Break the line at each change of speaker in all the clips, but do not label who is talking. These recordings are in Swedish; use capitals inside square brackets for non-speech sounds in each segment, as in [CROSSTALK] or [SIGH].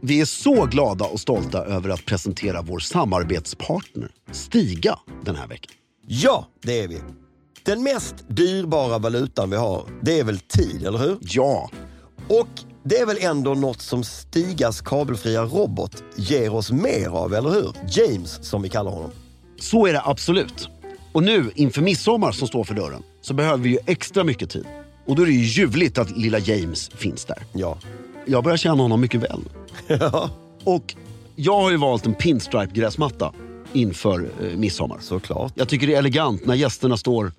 Vi är så glada och stolta över att presentera vår samarbetspartner Stiga den här veckan.
Ja, det är vi. Den mest dyrbara valutan vi har, det är väl tid, eller hur?
Ja,
Och det är väl ändå något som Stigas kabelfria robot ger oss mer av, eller hur? James, som vi kallar honom.
så är det absolut. Och nu inför midsommar som står för dörren så behöver vi ju extra mycket tid. Och då är det ju ljuvligt att lilla James finns där.
Ja.
Jag börjar känna honom mycket väl. Och jag har ju valt en pinstripe-gräsmatta inför eh, midsommar.
Såklart.
Jag tycker det är elegant när gästerna står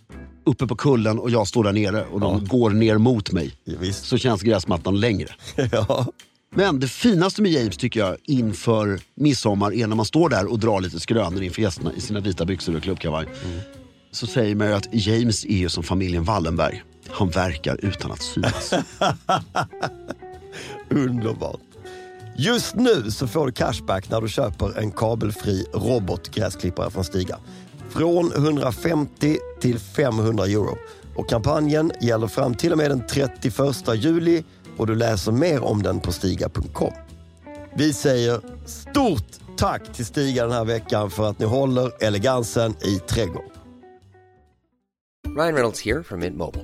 uppe på kullen och jag står där nere och de går ner mot mig.
Ja, visst.
Så känns gräsmattan [LAUGHS] längre.
Ja.
Men det finaste med James tycker jag inför midsommar är när man står där och drar lite skrönor inför gästerna i sina vita byxor och klubbkavaj. Så säger man ju att James är ju som familjen Wallenberg. Han verkar utan att synas.
Underbart. Just nu så får du cashback när du köper en kabelfri robotgräsklippare från Stiga. Från 150 till 500 euro. Och kampanjen gäller fram till och med den 31 juli och du läser mer om den på stiga.com. Vi säger stort tack till Stiga den här veckan för att ni håller elegansen i trädgården.
Ryan Reynolds here from Mint Mobile.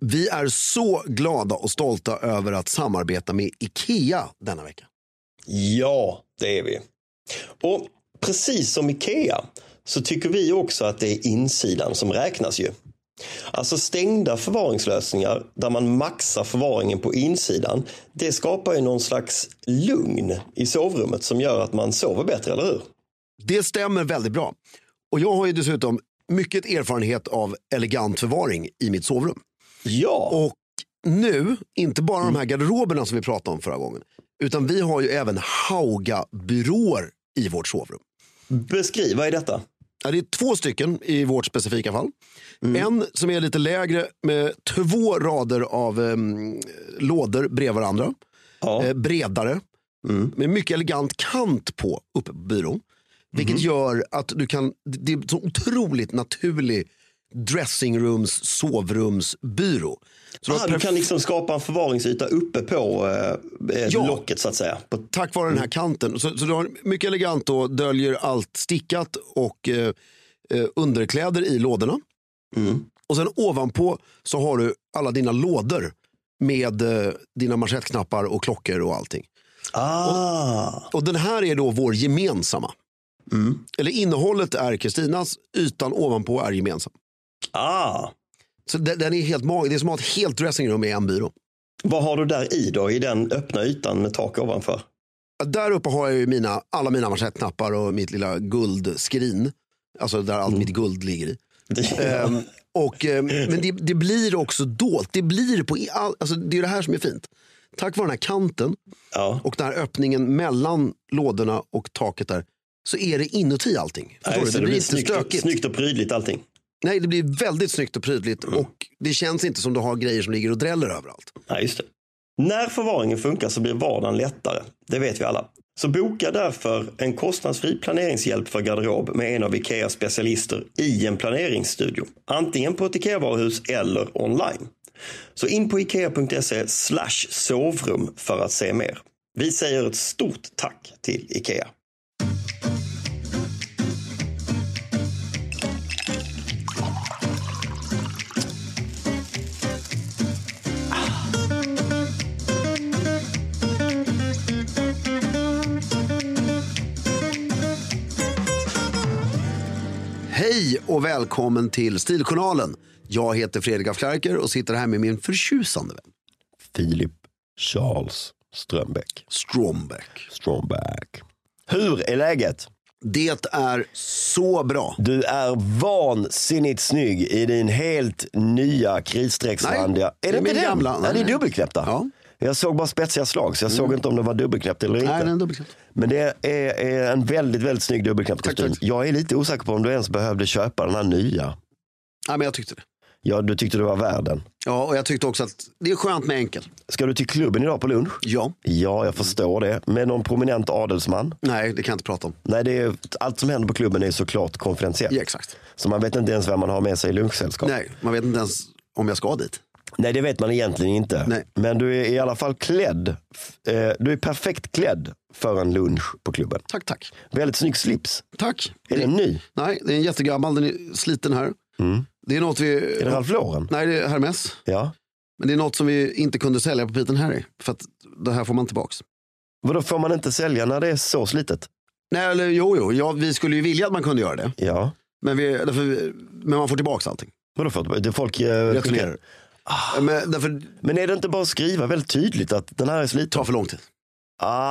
Vi är så glada och stolta över att samarbeta med IKEA denna vecka.
Ja, det är vi. Och precis som Ikea så tycker vi också att det är insidan som räknas ju. Alltså stängda förvaringslösningar där man maxar förvaringen på insidan. Det skapar ju någon slags lugn i sovrummet som gör att man sover bättre, eller hur?
Det stämmer väldigt bra. Och jag har ju dessutom mycket erfarenhet av elegant förvaring i mitt sovrum.
Ja,
Och nu, inte bara de här
Mm.
garderoberna som vi pratade om förra gången, utan vi har ju även Hauga-byråer i vårt sovrum.
beskriv, vad är detta?
Ja, det är två stycken i vårt specifika fall.
Mm.
En som är lite lägre med två rader av em, lådor bredvid varandra.
Ja. Mm.
Eh, bredare. Med mycket elegant kant på uppe på byrån. Vilket
Mm-hmm.
gör att du kan, det det är en så otroligt naturlig dressingrooms, sovrumsbyrå. Så du
Ah,
har
du
perf-
kan liksom skapa en förvaringsyta uppe på eh, eh,
Ja.
locket så att säga. På,
tack vare den här kanten. Så, så du har mycket elegant då, döljer allt stickat och eh, eh, underkläder i lådorna. Och sen ovanpå så har du alla dina lådor med eh, dina manschettknappar och klockor och allting.
ah,
Och den här är då vår gemensamma. Eller innehållet är Kristinas, ytan ovanpå är gemensam.
ah.
Så den, den är helt magisk. Det är som att ha ett helt dressingrum i en byrå.
Vad har du där i då, i den öppna ytan med tak ovanför?
Där uppe har jag ju mina, alla mina manschettknappar och mitt lilla guldskrin. Alltså där allt mitt guld ligger i. Ehm, och, ehm, men det, det blir också dolt. Det blir på i all, alltså det är det här som är fint. Tack vare den här kanten
ja.
och den här öppningen mellan lådorna och taket där så är det inuti allting. Förstår
Nej,
du?
så
Det, blir inte
snyggt, och,
stökigt.
snyggt Mm. och prydligt allting.
Nej, det blir väldigt snyggt och prydligt och det känns inte som du har grejer som ligger och dräller överallt.
Ja, just det. När förvaringen funkar så blir vardagen lättare. Det vet vi alla. Så boka därför en kostnadsfri planeringshjälp för garderob med en av Ikeas specialister i en planeringsstudio. Antingen på ett Ikea-varuhus eller online. Så in på ikea.se slash sovrum för att se mer. Vi säger ett stort tack till Ikea.
Hej och välkommen till Stiljournalen. Jag heter Fredrik af Klerker och sitter här med min förtjusande vän
Filip Charles Strömbäck.
Strombeck.
Strömbäck. Hur är läget?
Det är så bra.
Du är vansinnigt snygg i din helt nya kritstrecksrandiga.
Nej, det
Är det
är
inte
min
den?
gamla.
Ja, det
Nej,
är
nej.
dubbelknäppta.
Ja. Mm.
Jag såg bara spetsiga slag så jag såg inte om den var dubbelknäppt eller inte.
Nej, den är dubbelknäppt.
Men det är, är en väldigt, väldigt snygg dubbelknäppt
Tack,
kostym.
tack.
Jag är lite osäker på om du ens behövde köpa den här nya.
Nej, men jag tyckte det.
Ja, du tyckte det var värd den.
Ja, och jag tyckte också att det är skönt med enkel.
Ska du till klubben idag på lunch?
Ja,
Ja,
Mm.
jag förstår det. Med någon prominent adelsman?
nej, det kan jag inte prata om.
Nej, det är, allt som händer på klubben är såklart konfidentiellt.
Ja, exakt.
Så man vet inte ens vem man har med sig i lunchsällskap.
Nej, man vet inte ens om jag ska dit.
Nej, det vet man egentligen inte.
Nej.
Men du är i alla fall klädd. F- eh, Du är perfekt klädd för en lunch på klubben.
Tack, tack.
Väldigt snygg slips.
Tack.
Är den ny?
Nej, det är en jättegammal, den är sliten här. Det är något vi...
Mm. Är det Ralph Lauren?
Nej, det är Hermes.
Ja.
Men det är något som vi inte kunde sälja på Piten Harry. För att det här får man tillbaks.
Vadå, får man inte sälja när det är så slitet?
Nej, eller jo, jo, ja, vi skulle ju vilja att man kunde göra det.
Ja.
Men, vi, därför, vi- men man får tillbaks allting.
Vadå, för, det är folk, eh,
Returnerar.
skickar-
Men därför
Men är det inte bara att skriva väldigt tydligt att den här är sliten?
tar för lång tid.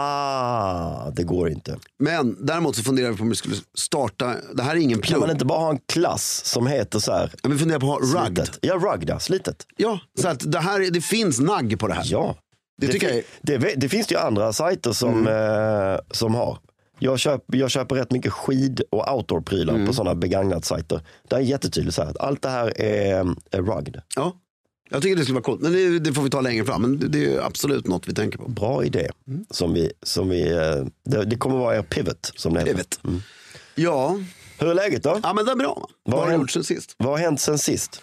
Ah, det går inte.
Men däremot så funderar vi på om vi skulle starta, det här är ingen
Kan
plugg.
man inte bara ha en klass som heter så här?
Men vi funderar på att ha rugged.
Slitet. Ja, rugged, ja, slitet.
Ja, så att det, här, det finns nagg på det här.
Ja.
Det tycker jag är- Mm.
det, ve- det finns det ju andra sajter som, eh, som har. Jag, köp, jag köper rätt mycket skid och outdoor-prylar
Mm.
på sådana begagnat sajter. Där är jättetydligt så här att allt det här är, är rugged.
Ja. Jag tycker det skulle vara coolt, men det, det får vi ta längre fram. Men det, det är absolut något vi tänker på.
Bra idé.
Mm.
Som vi, som vi, eh, det, det kommer vara er pivot som det heter.
Pivot. Ja,
Hur är läget då?
ja men det är bra.
Vad
Mm. Vad har
har
du
hänt?
gjort sen sist?
Vad har hänt sen sist?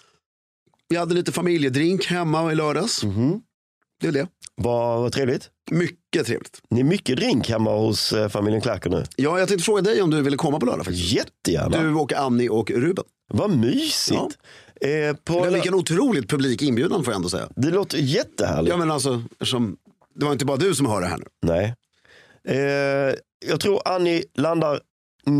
Vi hade lite familjedrink hemma i lördags. Det är det.
Vad, vad trevligt.
Mycket trevligt.
Ni är mycket drink hemma hos eh, familjen Clarker nu.
Ja, jag tänkte fråga dig om du ville komma på lördag faktiskt.
Jättegärna.
Du och Annie och Ruben.
Vad mysigt. Eh, på,
Men vilken otroligt publik inbjudan får jag ändå säga.
Det låter jättehärligt.
Ja men alltså, eftersom det var inte bara du som hör det här nu.
Nej. Eh, jag tror Annie landar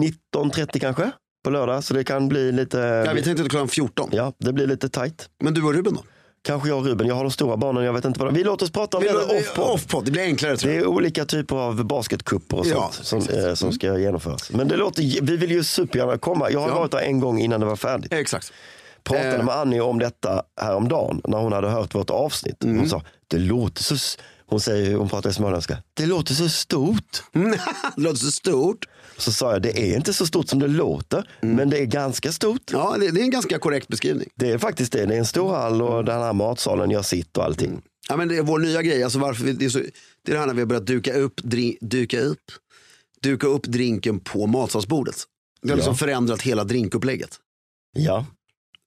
19.30 kanske på lördag. Så det kan bli lite,
Ja, vi tänkte till klockan 14.
ja, det blir lite tajt.
Men du och Ruben då?
Kanske jag och Ruben, jag har de stora barnen, jag vet inte vad de... Vi låter oss prata om
Vi-
det off pod.
Offpod, det blir enklare tror
Det
jag.
är olika typer av basketcuper och
Ja,
sånt som, eh, som ska genomföras. Men det låter, j- vi vill ju supergärna komma. Jag har
Ja.
varit där en gång innan det var färdigt.
Exakt.
pratade
Eh.
med Annie om detta häromdagen när hon hade hört vårt avsnitt.
Mm.
Hon sa, det låter så... s-" Hon, säger, hon pratar småländska. Det låter så stort.
[LAUGHS] det låter så stort.
Så sa jag, det är inte så stort som det låter, men det är ganska stort.
Mm. Ja, det, det är en ganska korrekt beskrivning.
Det är faktiskt det. Det är en stor hall
Mm.
och den här matsalen jag sitter och allting.
Ja, men det är vår nya grej, alltså varför vi, det, är så, det är det här när vi har börjat duka upp, dri, duka upp, duka upp drinken på matsalsbordet. Det har liksom förändrat hela drinkupplägget.
Ja,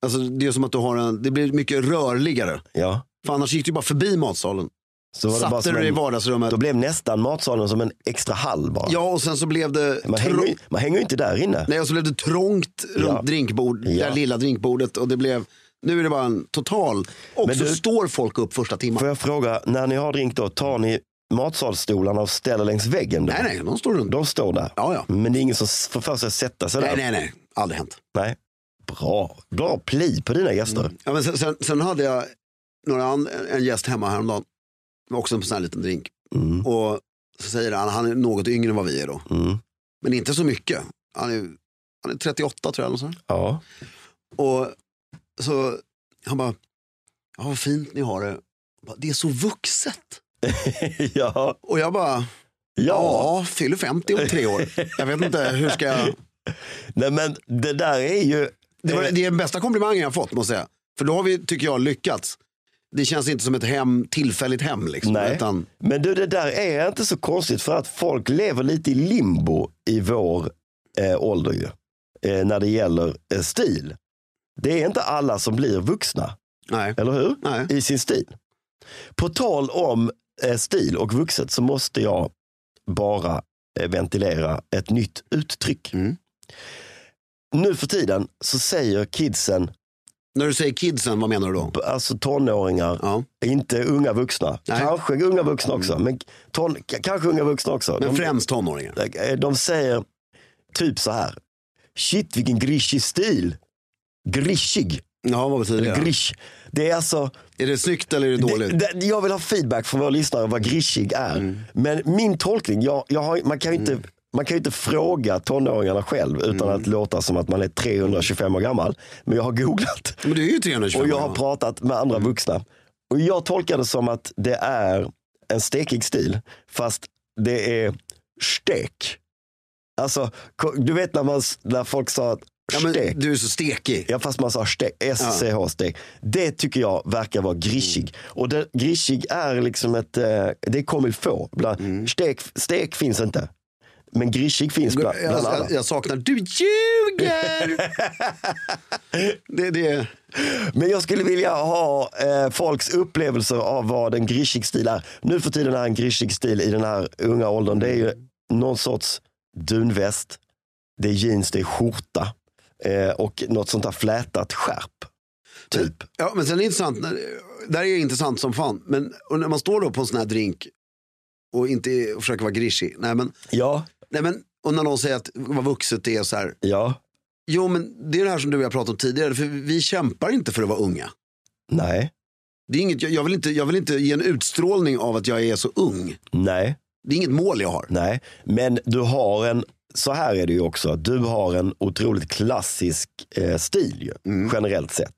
Alltså, det är som att du har en, det blir mycket rörligare.
ja.
För annars gick du bara förbi matsalen.
Så var det bara
Satte
som
du dig i
en,
vardagsrummet.
då blev nästan matsalen som en extra hall bara.
Ja, och sen så blev det,
man,
trå-
hänger, ju- man hänger ju inte där inne.
Nej, och så blev det trångt runt
Ja.
drinkbord, det
Ja.
där lilla drinkbordet. Och det blev, nu är det bara en total. Och
Men
så
du-
står folk upp första timmen.
Får jag fråga, när ni har drink då, tar ni matsalsstolarna och ställer längs väggen? Då?
Nej, nej, de står runt.
De står där.
Ja, ja.
Men det är ingen som s- får för sig att sätta sig
Nej,
där.
nej, nej, aldrig hänt.
Nej. Bra. Bra pli på dina gäster.
Ja, men sen, sen, sen hade jag några an, en gäst hemma häromdagen. Det var Också en sån här liten drink.
Mm.
Och så säger han, han är något yngre än vad vi är då.
Mm.
Men inte så mycket. Han är, han är 38 tror jag. Eller så.
Ja. [LAUGHS]
Och så han bara, ja, vad fint ni har det. Jag Bara, det är så vuxet.
ja.
Och jag bara,
Ja.
ja, fyller 50 om tre år. Jag vet inte hur ska jag...
Nej men det där är ju...
Det, var, det är den bästa komplimangen jag har fått måste jag säga. För då har vi, tycker jag, lyckats. Det känns inte som ett hem, tillfälligt hem. Liksom,
Nej.
utan,
Men du, det där är inte så konstigt för att folk lever lite i limbo i vår eh, ålder ju. Eh, när det gäller eh, stil. Det är inte alla som blir vuxna,
nej.
eller hur?
Nej.
I sin stil. På tal om eh, stil och vuxet så måste jag bara eh, ventilera ett nytt uttryck.
Mm.
Nu för tiden så säger kidsen,
När du säger kidsen, vad menar du då?
alltså tonåringar,
Ja.
inte unga vuxna.
Nej.
Kanske unga vuxna också, men ton, k- kanske unga vuxna också.
Men
De-
främst tonåringar.
Eh, De säger typ så här. Shit vilken grischig stil. Grischig.
Ja, vad betyder
Eller
det?
grisch. Det är alltså,
Är det snyggt eller är det dåligt? Mm.
det, det, jag vill ha feedback från våra lyssnare vad grischig är. Men min tolkning, jag, jag har, man kan ju inte man kan ju inte fråga tonåringarna själv
Mm.
utan att låta som att man är 325 år gammal. Men jag har googlat
Men du är ju 325
och jag
år
har
gammal.
pratat med andra vuxna. Och jag tolkar det som att det är en stekig stil, fast det är stek. Alltså, ko- du vet när, man, s- när folk sa att
Ja,
stek.
men du är så stekig.
Ja fast man sa stek, SCH stek. Det tycker jag verkar vara grishig. Och det, grishig är liksom ett, eh, det är comme il faut. Bland, stek, stek finns inte. Men grishig finns bland,
Jag,
bland alla.
jag, jag saknar, du
[LAUGHS]
ljuger! det, det,
Men jag skulle vilja ha eh, folks upplevelser av vad en grishig stil är. Nu för tiden är en grishig stil i den här unga åldern, det är ju någon sorts dunväst, det är jeans, det är skjorta eh, och något sånt där flätat skärp. Typ.
Ja, men sen är det intressant, när, det här är intressant som fan, men och när man står då på en sån här drink och inte och försöker vara grishig, nej men,
Ja,
nej men, och när någon säger att vad vuxet det är och så här,
ja,
jo men det är det här som du och jag pratade om tidigare, för vi kämpar inte för att vara unga.
nej,
Det är inget, jag, jag, vill inte, jag vill inte ge en utstrålning av att jag är så ung.
nej.
Det är inget mål jag har.
Nej, men du har en, så här är det ju också, du har en otroligt klassisk eh, stil ju,
Mm.
generellt sett.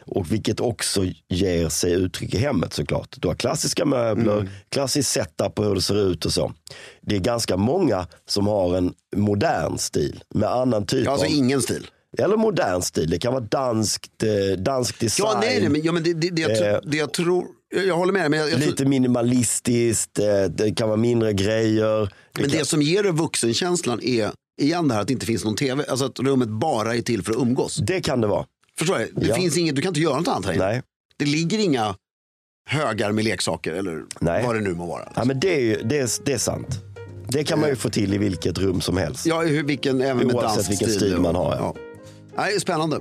Och vilket också ger sig uttryck i hemmet såklart. Du har klassiska möbler,
Mm.
klassisk setup på hur det ser ut och så. Det är ganska många som har en modern stil med annan typ
Jag har alltså
av,
ingen stil.
eller modern stil, det kan vara danskt, eh, dansk design.
Ja, nej, nej, men, ja, men det, det, det, jag, tro-
Eh.
det jag tror, jag, jag håller med dig, men jag, jag, tror-
Lite minimalistiskt, eh, det kan vara mindre grejer. Det
Men
kan,
det som ger dig vuxenkänslan är igen det här att det inte finns någon tv, alltså att rummet bara är till för att umgås.
det kan det vara.
Förstår du? Det
Ja.
finns inget, du kan inte göra något annat här inne.
Nej.
Det ligger inga högar med leksaker eller
Nej.
vad det nu må vara.
Ja, men det, är, ju- det, är, det är sant. Det kan man ju få till i vilket rum som helst.
Ja, hur, vilken, även med
Oavsett
dansstil.
vilken stil man har,
Ja.
ja.
Nej, spännande.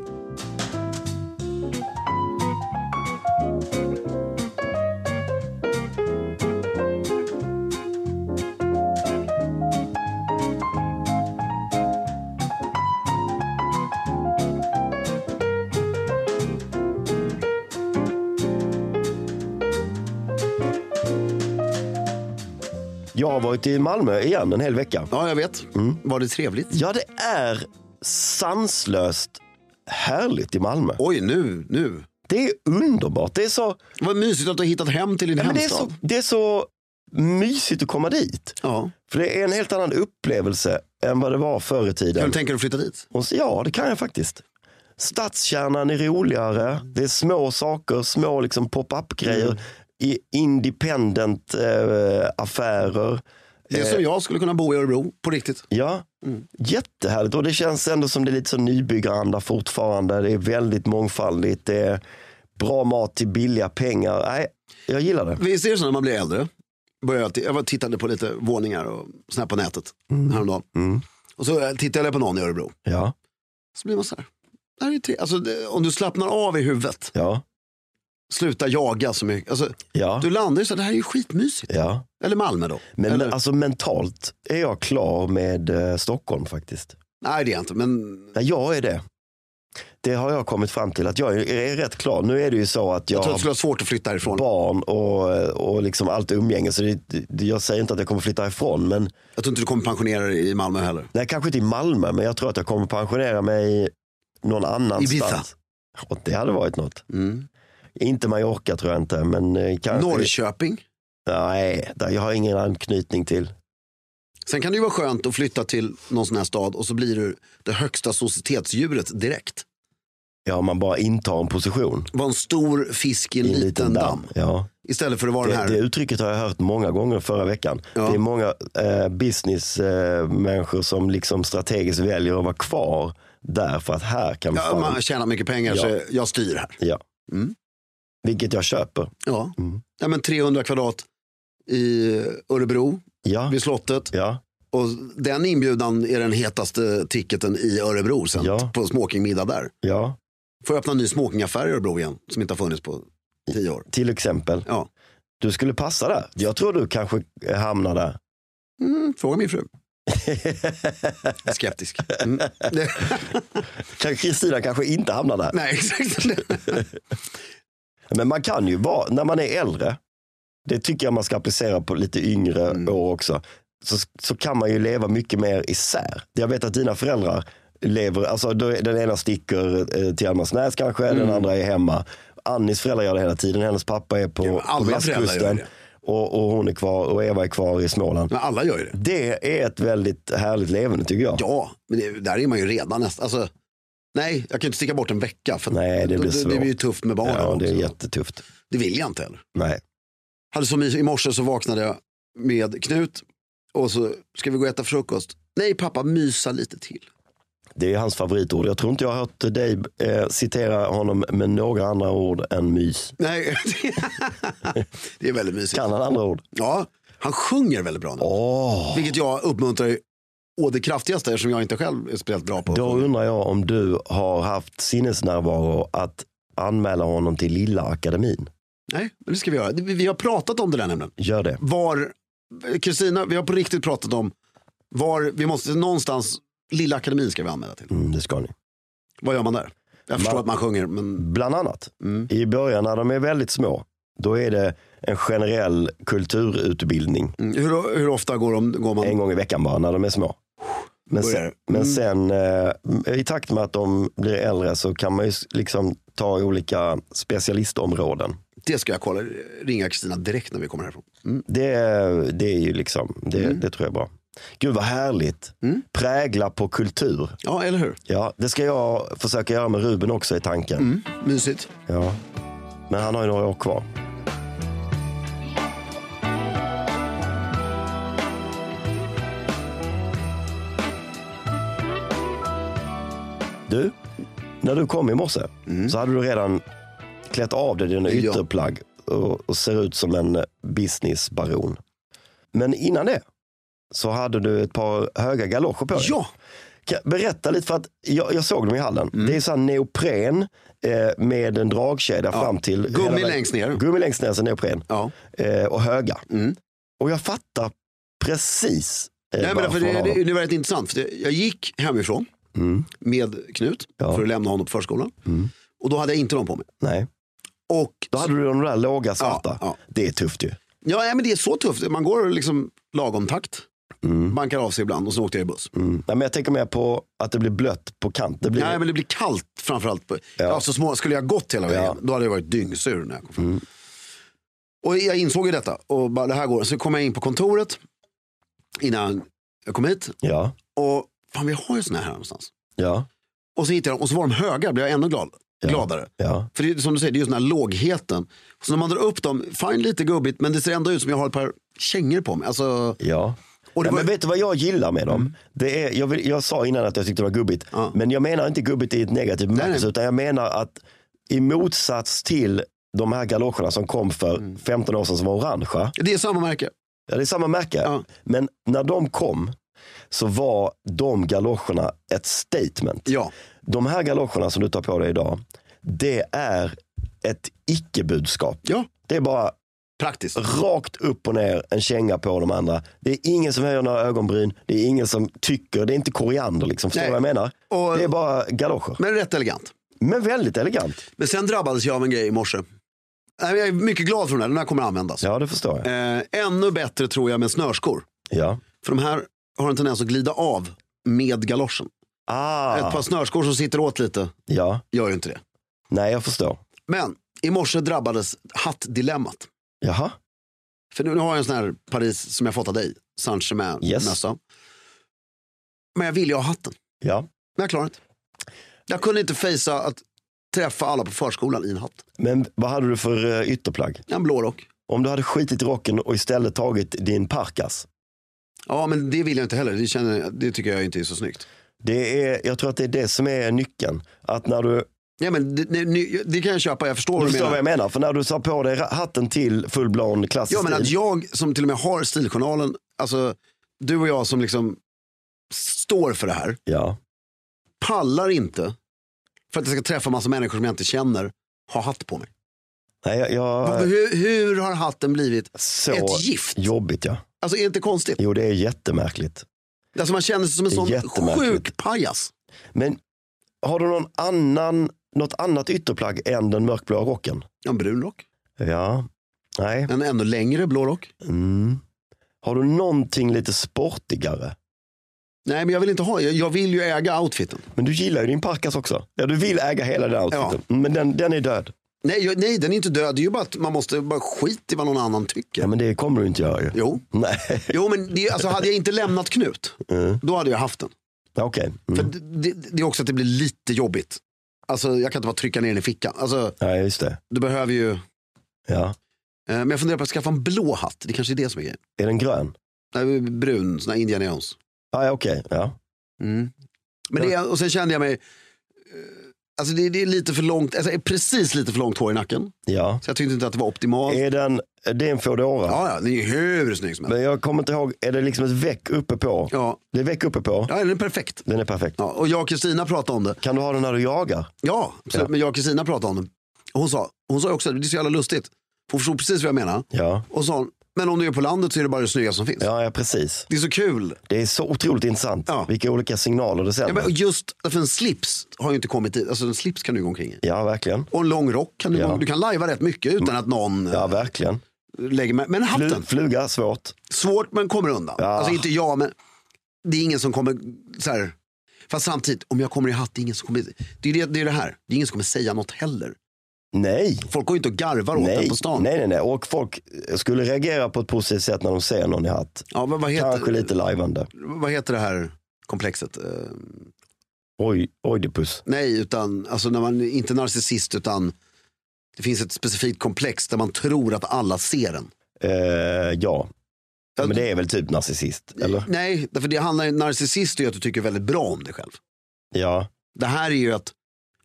Jag har varit i Malmö igen en hel vecka.
Ja, jag vet. Var det trevligt?
Mm. Ja, det är sanslöst härligt i Malmö.
Oj, nu, nu.
Det är underbart. Det är så,
Vad mysigt att du har hittat hem till din
ja, men det är
hemstad.
så, det är så mysigt att komma dit.
Ja.
För det är en helt annan upplevelse än vad det var förr i
Kan
tiden.
du tänka dig att flytta dit?
Och så, ja, det kan jag faktiskt. Stadskärnan är roligare. Det är små saker, små liksom pop-up-grejer.
Mm.
I independent eh, affärer.
Det
Eh.
är som jag skulle kunna bo i Örebro, på riktigt.
Ja,
Mm.
jättehärligt. Och det känns ändå som det är lite så nybyggaranda fortfarande. Det är väldigt mångfaldigt. Det är bra mat till billiga pengar. Nej, jag gillar det.
Visst är det så när man blir äldre? Börjar jag, alltid- jag var och tittade på lite våningar och sån här på nätet häromdagen.
Mm.
Och så eh, tittade jag på någon i Örebro.
Ja,
Så blir man så här. Det här är ju tre- alltså, det, om du slappnar av i huvudet,
ja,
sluta jaga så mycket. Alltså,
ja.
Du landar ju så här, det här är ju skitmysigt.
ja.
Eller Malmö då.
Men
Eller,
alltså mentalt är jag klar med eh, Stockholm faktiskt.
nej det är jag inte, men
Nej, jag är det. Det har jag kommit fram till att jag är, är rätt klar. Nu är det ju så att jag,
jag tror att det skulle vara svårt att flytta härifrån.
barn och, och liksom allt umgänge. Så det, det, jag säger inte att jag kommer flytta ifrån. Men,
Jag tror inte du kommer pensionera dig i Malmö heller.
nej, kanske inte i Malmö, men jag tror att jag kommer pensionera mig någon annanstans.
Ibiza.
Och det hade varit något.
Mm.
Inte Mallorca tror jag inte, men eh, kanske...
Norrköping.
Nej, där, jag har ingen anknytning till.
Sen kan det ju vara skönt att flytta till någon sån här stad och så blir du det högsta societetsdjuret direkt.
Ja, man bara intar en position.
Var en stor fisk i en, liten, damm.
Ja.
Istället för att vara den
Det,
här.
det uttrycket har jag hört många gånger förra veckan.
Ja.
Det är många eh, businessmänniskor som liksom strategiskt väljer att vara kvar där för att här kan vi
ja,
fan...
man tjänar mycket pengar så
Ja.
jag styr här.
Ja.
Mm.
Vilket jag köper.
Ja.
Mm.
ja men 300 kvadrat i Örebro
Ja,
vid slottet.
ja,
Och den inbjudan är den hetaste ticketen i Örebro sen
Ja.
på smokingmiddag där.
ja.
Får jag öppna en ny smokingaffär i Örebro igen som inte har funnits på tio år.
Till exempel.
Ja.
Du skulle passa där. Jag tror du kanske hamnar där.
Mm, fråga min fru. Skeptisk. Mm. Det- [LAUGHS]
Kan- Kristina kanske inte hamnar där.
Nej, exakt.
Men man kan ju vara, när man är äldre, det tycker jag man ska applicera på lite yngre
Mm.
år också, så, så kan man ju leva mycket mer isär. Jag vet att dina föräldrar lever, alltså då är- den ena sticker eh, till Almarsnäs
Mm.
kanske, den andra är hemma. Annis föräldrar gör det hela tiden, hennes pappa är på,
Ja,
på
alla föräldrar gör
västkusten.
det.
och, och hon är kvar och Eva är kvar i Småland.
Men alla gör ju det.
Det är ett väldigt härligt leverne tycker jag.
Ja, men det, där är man ju redan nästan. Alltså, nej, jag kan inte sticka bort en vecka. För
Nej, det blir
det,
svårt.
det blir ju tufft med barnen
Ja, det är
också.
jättetufft.
Det vill jag inte heller.
Nej.
Hade som i, i morse så vaknade jag med Knut och så ska vi gå och äta frukost. Nej pappa, mysa lite till.
Det är hans favoritord. Jag tror inte jag har hört dig eh, citera honom med några andra ord än mys.
Nej, [LAUGHS] det är väldigt mysigt.
Kan han andra ord?
Ja, han sjunger väldigt bra nu.
Åh,
Vilket jag uppmuntrar å det kraftigaste eftersom jag inte själv är speciellt bra på.
då undrar jag om du har haft sinnesnärvaro att anmäla honom till Lilla Akademin.
Nej, men det ska vi göra. Vi vi har pratat om det där nämligen.
Gör det.
Var, Kristina, vi har på riktigt pratat om var, vi måste någonstans, Lilla Akademin ska vi använda till.
Mm, det ska ni.
Vad gör man där? Jag förstår
Man-
att man sjunger, men
Bland annat.
Mm.
I början när de är väldigt små, då är det en generell kulturutbildning
mm, hur, hur ofta går, de, går man?
en gång i veckan bara när de är små. Men sen,
Börjar.
men sen eh, i takt med att de blir äldre så kan man ju s- liksom ta olika specialistområden.
Det ska jag kolla, ringa Kristina direkt när vi kommer härifrån. Mm.
Det, är- det är ju liksom, det, det tror jag är bra. Gud vad härligt. Prägla på kultur.
Ja, eller hur?
Ja, det ska jag försöka göra med Ruben också i tanken.
Mysigt.
Ja. Men han har ju några år kvar. Du, när du kom i morse så hade du redan klätt av dig dina
Ja.
ytterplagg och, och ser ut som en eh, businessbaron. Men innan det så hade du ett par höga galoscher på dig.
Ja,
Kan- Berätta lite, för att jag, jag såg dem i hallen.
Mm.
Det är så här neopren eh, med en dragkedja fram till...
gummi
hela vägen-
längst ner.
Gummi längst ner, sen neopren.
Ja.
Eh, och höga.
Mm.
Och jag fattar precis eh,
Nej, men därför
varför man
det,
har
det,
dem.
det var rätt intressant. För det, jag gick hemifrån
Mm.
med Knut
Ja.
för att lämna honom på förskolan.
Mm.
Och då hade jag inte dem på mig.
Nej,
Och
då hade du de där låga svarta.
ja, ja.
Det är tufft ju.
Ja, nej, men det är så tufft. Man går liksom lagom takt,
Mm.
bankar av sig ibland och så åkte jag i buss.
Mm. Nej, men jag tänker mer på att det blir blött på kant. Det blir...
Nej, men det blir kallt framförallt. På, ja.
Ja.
så små, skulle jag gått hela vägen,
Ja. Mm.
då hade jag varit dyngsur när jag kom fram. Och jag insåg ju detta och bara, det här går. Så kom jag in på kontoret innan jag kom hit
Ja,
och fan, vi har ju såna här någonstans.
ja,
Och så hittade jag dem och så var de höga, blev jag ännu glad, gladare.
ja.
För det är som du säger, det är ju den här lågheten. Så när man drar upp dem, fine lite gubbigt, men det ser ändå ut som jag har ett par kängor på mig. Alltså,
Ja.
och det var-
Nej,
Mm.
men vet du vad jag gillar med dem? Det är, jag, vill, jag sa innan att jag tyckte det var gubbigt,
Ja.
men jag menar inte gubbigt i ett negativt bemärkelse,
nej.
utan jag menar att i motsats till de här galoscherna som kom för
Mm.
15 år sedan som var orangea,
det är samma märke.
ja, det är samma märke,
Ja.
men när de kom så var de galoscherna ett statement.
Ja.
De här galoscherna som du tar på dig idag, det är ett icke-budskap.
ja,
Det är bara
praktiskt.
rakt upp och ner en känga på de andra. Det är ingen som höjer några ögonbryn. Det är ingen som tycker. Det är inte koriander liksom. Förstår
Nej.
du vad jag menar?
Och-
Det är bara galoscher.
Men rätt elegant.
Men väldigt elegant.
Men sen drabbades jag av en grej i morse. Nej, men Jag är mycket glad för den här, den här kommer att användas.
Ja, det förstår jag.
Eh, ännu bättre tror jag med snörskor.
Ja.
För de här har en tendens att glida av med galoschen. Ett
Ah,
par snörskor som sitter åt lite
ja.
gör ju inte det.
Nej, jag förstår.
Men i morse drabbades hattdilemmat.
Jaha.
För nu nu har jag en sån här Paris som jag fått av dig, Saint Germain
Yes.
mössa. Men jag ville ju ha hatten,
Ja.
men jag klarade inte. Jag kunde inte fejsa att träffa alla på förskolan i en hatt.
Men vad hade du för eh, ytterplagg?
En blå rock.
Om du hade skitit i rocken och istället tagit din parkas.
Ja, men det vill jag inte heller. Det, känner, jag- det tycker jag inte är så snyggt.
Det är, jag tror att det är det som är nyckeln. Att när du,
Ja, men det, det, det, det kan jag köpa, jag förstår
du
vad du
förstår vad
menar.
jag menar. För när du tar på dig ra- hatten till full-blown klassisk
Ja, men att
stil.
jag som till och med har Stiljournalen, alltså du och jag som liksom står för det här,
Ja.
pallar inte för att jag ska träffa massa människor som jag inte känner, ha hatt på mig.
Nej, jag, jag,
Hur, hur har hatten blivit?
så
Ett gift.
jobbigt ja.
Alltså är det inte konstigt?
Jo, det är jättemärkligt.
Alltså man känner sig som en
Det är
sån
jättemärkligt.
sjuk pajas.
Men har du någon annan, något annat ytterplagg än den mörkblå rocken?
En brun rock,
Ja, nej.
en ännu längre blå rock.
Mm. Har du någonting lite sportigare?
Nej, men jag vill inte ha, jag, jag vill ju äga outfiten.
Men du gillar ju din parkas också. Ja, du vill äga hela den outfiten. Men den, den är död.
Nej, jag- nej, den är inte död. Det är ju bara att man måste bara skit i vad någon annan tycker.
Ja, men det kommer du inte göra ju.
Jo.
Nej, [LAUGHS]
Jo, men det, är- alltså, hade jag inte lämnat Knut, då hade jag haft den.
okej. Mm.
För det, det, det är också att det blir lite jobbigt. Alltså, jag kan inte bara trycka ner den i fickan. Alltså,
Ja, just det.
du behöver ju... eh,
Ja.
Men jag funderar på att skaffa en blå hatt. Det kanske är det som är grejen.
Är den grön?
Nej, brun, sån här Indiana Jones.
Ah, ja, okej. Ja.
Men det, och sen kände jag mig... eh, Alltså det, det är lite för långt, alltså, det är precis lite för långt hår i nacken.
ja.
Så jag tyckte inte att det var optimalt.
Är den, det är en Foodora.
Ja, ja, det är ju hur snygg som helst.
Eh. Men jag kommer inte ihåg, är det liksom ett väck uppe på?
Ja,
Det är väck uppe på.
ja den är perfekt.
Den är perfekt.
Ja, och jag och Kristina pratade om det.
Kan du ha den när du jagar?
Ja, absolut.
Ja.
men jag och Kristina pratade om det. Och hon sa, hon sa också, det är så jävla lustigt. Hon förstod precis vad jag menar.
Ja,
Och sa, hon, men om du är på landet så är det bara det snygga som finns.
ja, ja precis.
Det är så kul.
Det är så otroligt intressant
Ja.
vilka olika signaler det
Ja,
sänder.
men just för en slips har ju inte kommit dit. Alltså en slips kan du gå omkring i.
Ja, verkligen.
Och en lång rock kan du
Ja. Mm.
gå Du kan lajva rätt mycket utan att någon
Ja,
ja.
verkligen.
lägger med. Men
Flu,
hatten,
fluga, svårt.
svårt men kommer undan.
Ja.
Alltså inte jag, men det är ingen som kommer så här. Fast samtidigt, om jag kommer i hatt, det är ingen som kommer. Det är det, det, är det här. Det är ingen som kommer säga något heller.
Nej.
Folk går ju inte och garvar åt
Nej.
den på stan.
nej, nej, nej. Och folk skulle reagera på ett positivt sätt när de ser någon i hatt.
Ja, vad, vad,
Kanske
heter,
lite lajvande.
vad heter det här komplexet? Eh,
Oj, oidipus.
nej, utan alltså när man inte är narcissist utan det finns ett specifikt komplex där man tror att alla ser en.
Eh, ja. ja, men det är väl typ narcissist, eller?
Nej, därför det handlar narcissist är ju att du tycker väldigt bra om dig själv.
Ja,
Det här är ju att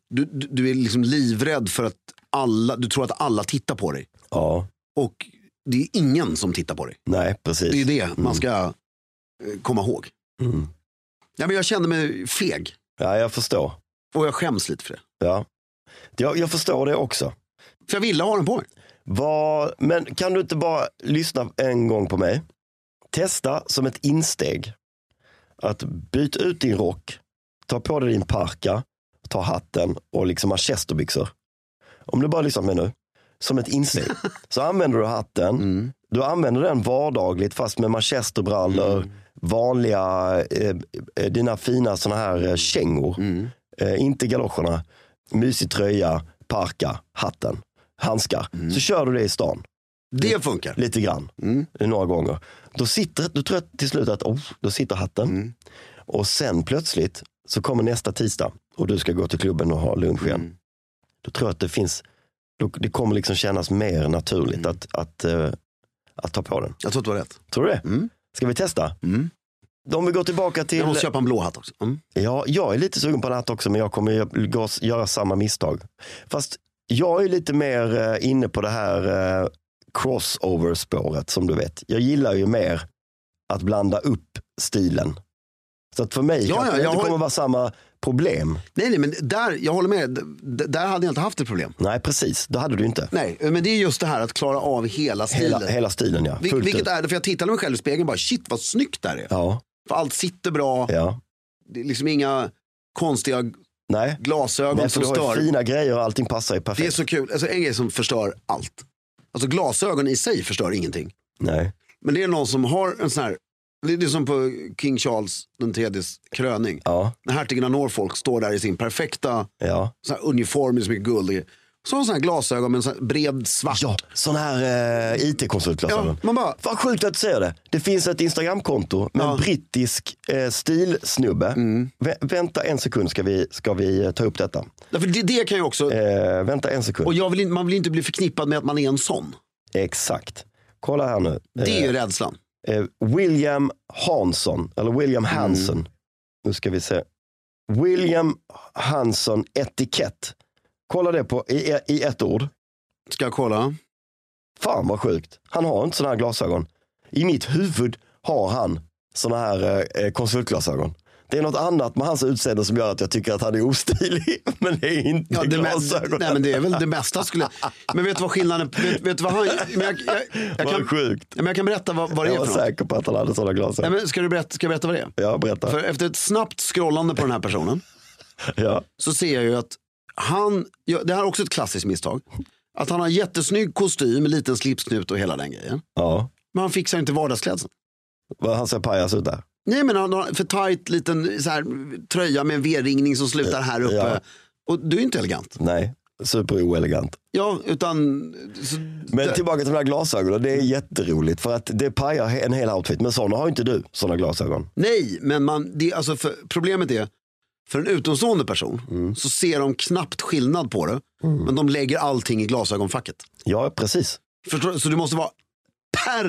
du, du, du är liksom livrädd för att alla, du tror att alla tittar på dig.
ja,
Och det är ingen som tittar på dig.
nej, precis.
Det är ju det man ska eh, komma ihåg.
Mm.
Ja, men jag kände mig feg
Ja, jag förstår.
och jag skäms lite för det.
Ja. Jag, jag förstår det också.
För jag ville ha den på mig.
Vad- men kan du inte bara lyssna en gång på mig? Testa som ett insteg att byta ut din rock, ta på dig din parka, ta hatten och liksom manchesterbyxor. Om du bara lyssnar med nu, som ett insteg. Så använder du hatten, du använder den vardagligt fast med manchesterbrallor, vanliga, eh, eh, dina fina sådana här eh, kängor. Eh, inte galoscherna, mysig tröja, parka, hatten, handskar.
Mm.
Så kör du det i stan, Mm.
Det funkar.
lite grann,
Mm.
eh, några gånger. Då sitter, du tror att till slut att oh, då sitter hatten.
Mm.
Och sen plötsligt så kommer nästa tisdag och du ska gå till klubben och ha lunch igen.
Mm.
Då tror jag att det finns, då, det kommer liksom kännas mer naturligt
Mm.
att, att, eh, att ta på den.
Jag tror att du har rätt.
Tror du det? Ska vi testa? Om vi går tillbaka till...
Mm. Jag måste köpa en blå hatt också. Mm.
Ja, jag är lite sugen på en hatt också, men jag kommer ju gå- göra samma misstag. Fast jag är lite mer eh, inne på det här eh, crossover-spåret som du vet. Jag gillar ju mer att blanda upp stilen. Så att för mig
Ja,
kanske
ja,
det
jag
inte
har-
kommer vara samma problem.
Nej, nej, men där, jag håller med. D- d- där hade jag inte haft ett problem.
Nej, precis. Det hade du inte.
Nej, men det är just det här att klara av hela stilen.
Hela, hela stilen, ja.
Vil-
Fullt
vilket
ut.
är det, för jag tittade mig själv i spegeln och bara shit vad snyggt det här är.
Ja,
För allt sitter bra,
ja.
det är liksom inga konstiga
Nej.
glasögon
Nej, för
som
du har
stör.
ju fina grejer och allting passar ju perfekt.
Det är så kul, alltså, en grej som förstör allt. Alltså glasögon i sig förstör ingenting.
Nej.
Men det är någon som har en sån här, det är det är som på King Charles den tredjes kröning.
Ja,
När hertigen av Norfolk står där i sin perfekta
ja.
sån här uniform i så mycket guld. och- Så har han sån här glasögon med en sån här bred svart.
Ja, sån här eh, IT-konsultglasögon.
Ja, man bara-
Vad sjukt att du säger det. Det finns ett Instagramkonto med en brittisk eh, stilsnubbe.
Mm.
Vä- vänta en sekund ska vi, ska vi eh, ta upp detta.
Därför det, det kan ju också,
Eh, vänta en sekund.
och jag vill inte, man vill inte bli förknippad med att man är en sån.
Exakt. Kolla här nu.
Det är ju rädslan.
Eh, William Hansson, eller William
Mm.
Hansen. Nu ska vi se. William Hanson etikett. Kolla det på, i, i ett ord.
Ska jag kolla?
Fan vad sjukt. Han har inte sådana här glasögon. I mitt huvud har han sådana här eh, konsultglasögon. Det är något annat med hans utseende som gör att jag tycker att han är ostilig. [LAUGHS] Men det är inte
Ja, det, men,
glasögonen.
nej, men det är väl det bästa
[LAUGHS]
skulle Men vet du vad skillnaden, vet, vet du vad han, men jag, jag, jag,
Vad
kan,
sjukt.
Ja, men jag kan berätta vad, vad det
Jag
är
var
för något.
säker på att han hade sådana
Nej,
glasögon.
men ska, du berätta, ska jag berätta vad det är?
Ja, berätta.
För efter ett snabbt scrollande på den här personen
Ja.
så ser jag ju att han, ja, det här är också ett klassiskt misstag, att han har jättesnygg kostym, liten slipsknut och hela den grejen.
ja.
Men han fixar inte vardagsklädseln.
Vad Han ser pajas ut där.
Nej men han har en för tajt liten så här, tröja med en V-ringning som slutar här uppe.
Ja.
Och du är inte elegant.
Nej. Superoelegant.
Ja, utan... Så,
Men tillbaka till de här glasögonen, det är jätteroligt för att det pajar en hel outfit. Men sådana har ju inte du, sådana glasögon.
nej, men man, det, alltså, för, problemet är, för en utomstående person
Mm.
så ser de knappt skillnad på det. Men de lägger allting i glasögonfacket.
Ja, precis.
Förstår, du? så du måste vara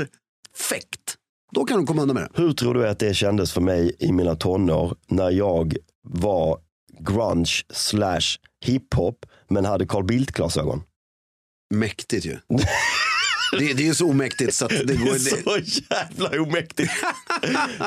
perfekt. Då kan du komma undan med det.
Hur tror du att det kändes för mig i mina tonår när jag var grunge slash hiphop men hade Carl Bildt-glasögon?
Mäktigt ju. det, det är så omäktigt så att [LAUGHS] det
[LAUGHS] Det
går...
är
Det,
så
[LAUGHS]
jävla omäktigt.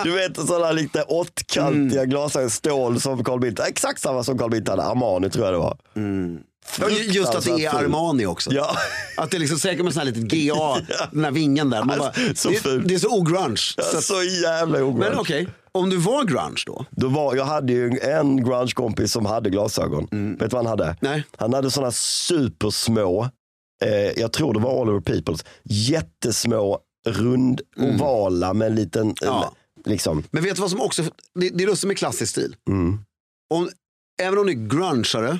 Du vet sådana lite åttkantiga
Mm.
glasögon, stål som Carl Bildt. Exakt samma som Carl Bildt hade, Armani tror jag det var.
Mm. Ja, ju- just att det är
Fruktansvärt fult.
Armani också.
Ja, [LAUGHS]
Att det är liksom säkert med sån här litet GA, den här vingen där. Man bara,
Så
det,
fult.
det är så ogrunge. Så att,
så jävla omäktigt.
men okej, om du var grunge då?
Då var, jag hade ju en grunge-kompis som hade glasögon. Vet du vad han hade?
Mm. Nej.
Han hade sådana supersmå, eh, jag tror det var All Over Peoples, jättesmå, rund, ovala med en liten,
Mm. Ja.
eh, liksom,
Men vet du vad som också, det, det är det som är klassisk stil.
Mm.
Om, även om du är grungeare,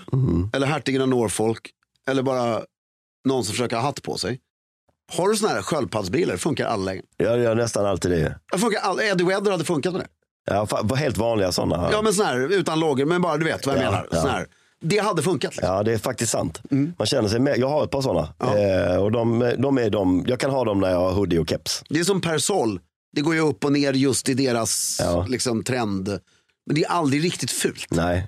eller hertigen av Norfolk, eller bara någon som försöker ha hatt på sig. Har du såna här sköldpaddsbrillor funkar alla lägen.
jag gör nästan alltid det.
Det Funkar alla, Eddie Weather hade funkat med det.
Ja, fa- var helt vanliga sådana.
Ja men sån här utan lager, men bara du vet vad jag
Ja,
menar.
ja.
Sån här. Det hade funkat. Liksom.
Ja, det är faktiskt sant.
Mm.
Man känner sig med. Jag har ett par sådana. Eh, och de, de är de, jag kan ha dem när jag har hoodie och keps.
Det är som Persol. Det går ju upp och ner just i deras
Ja.
liksom, trend. Men det är aldrig riktigt fult.
Nej.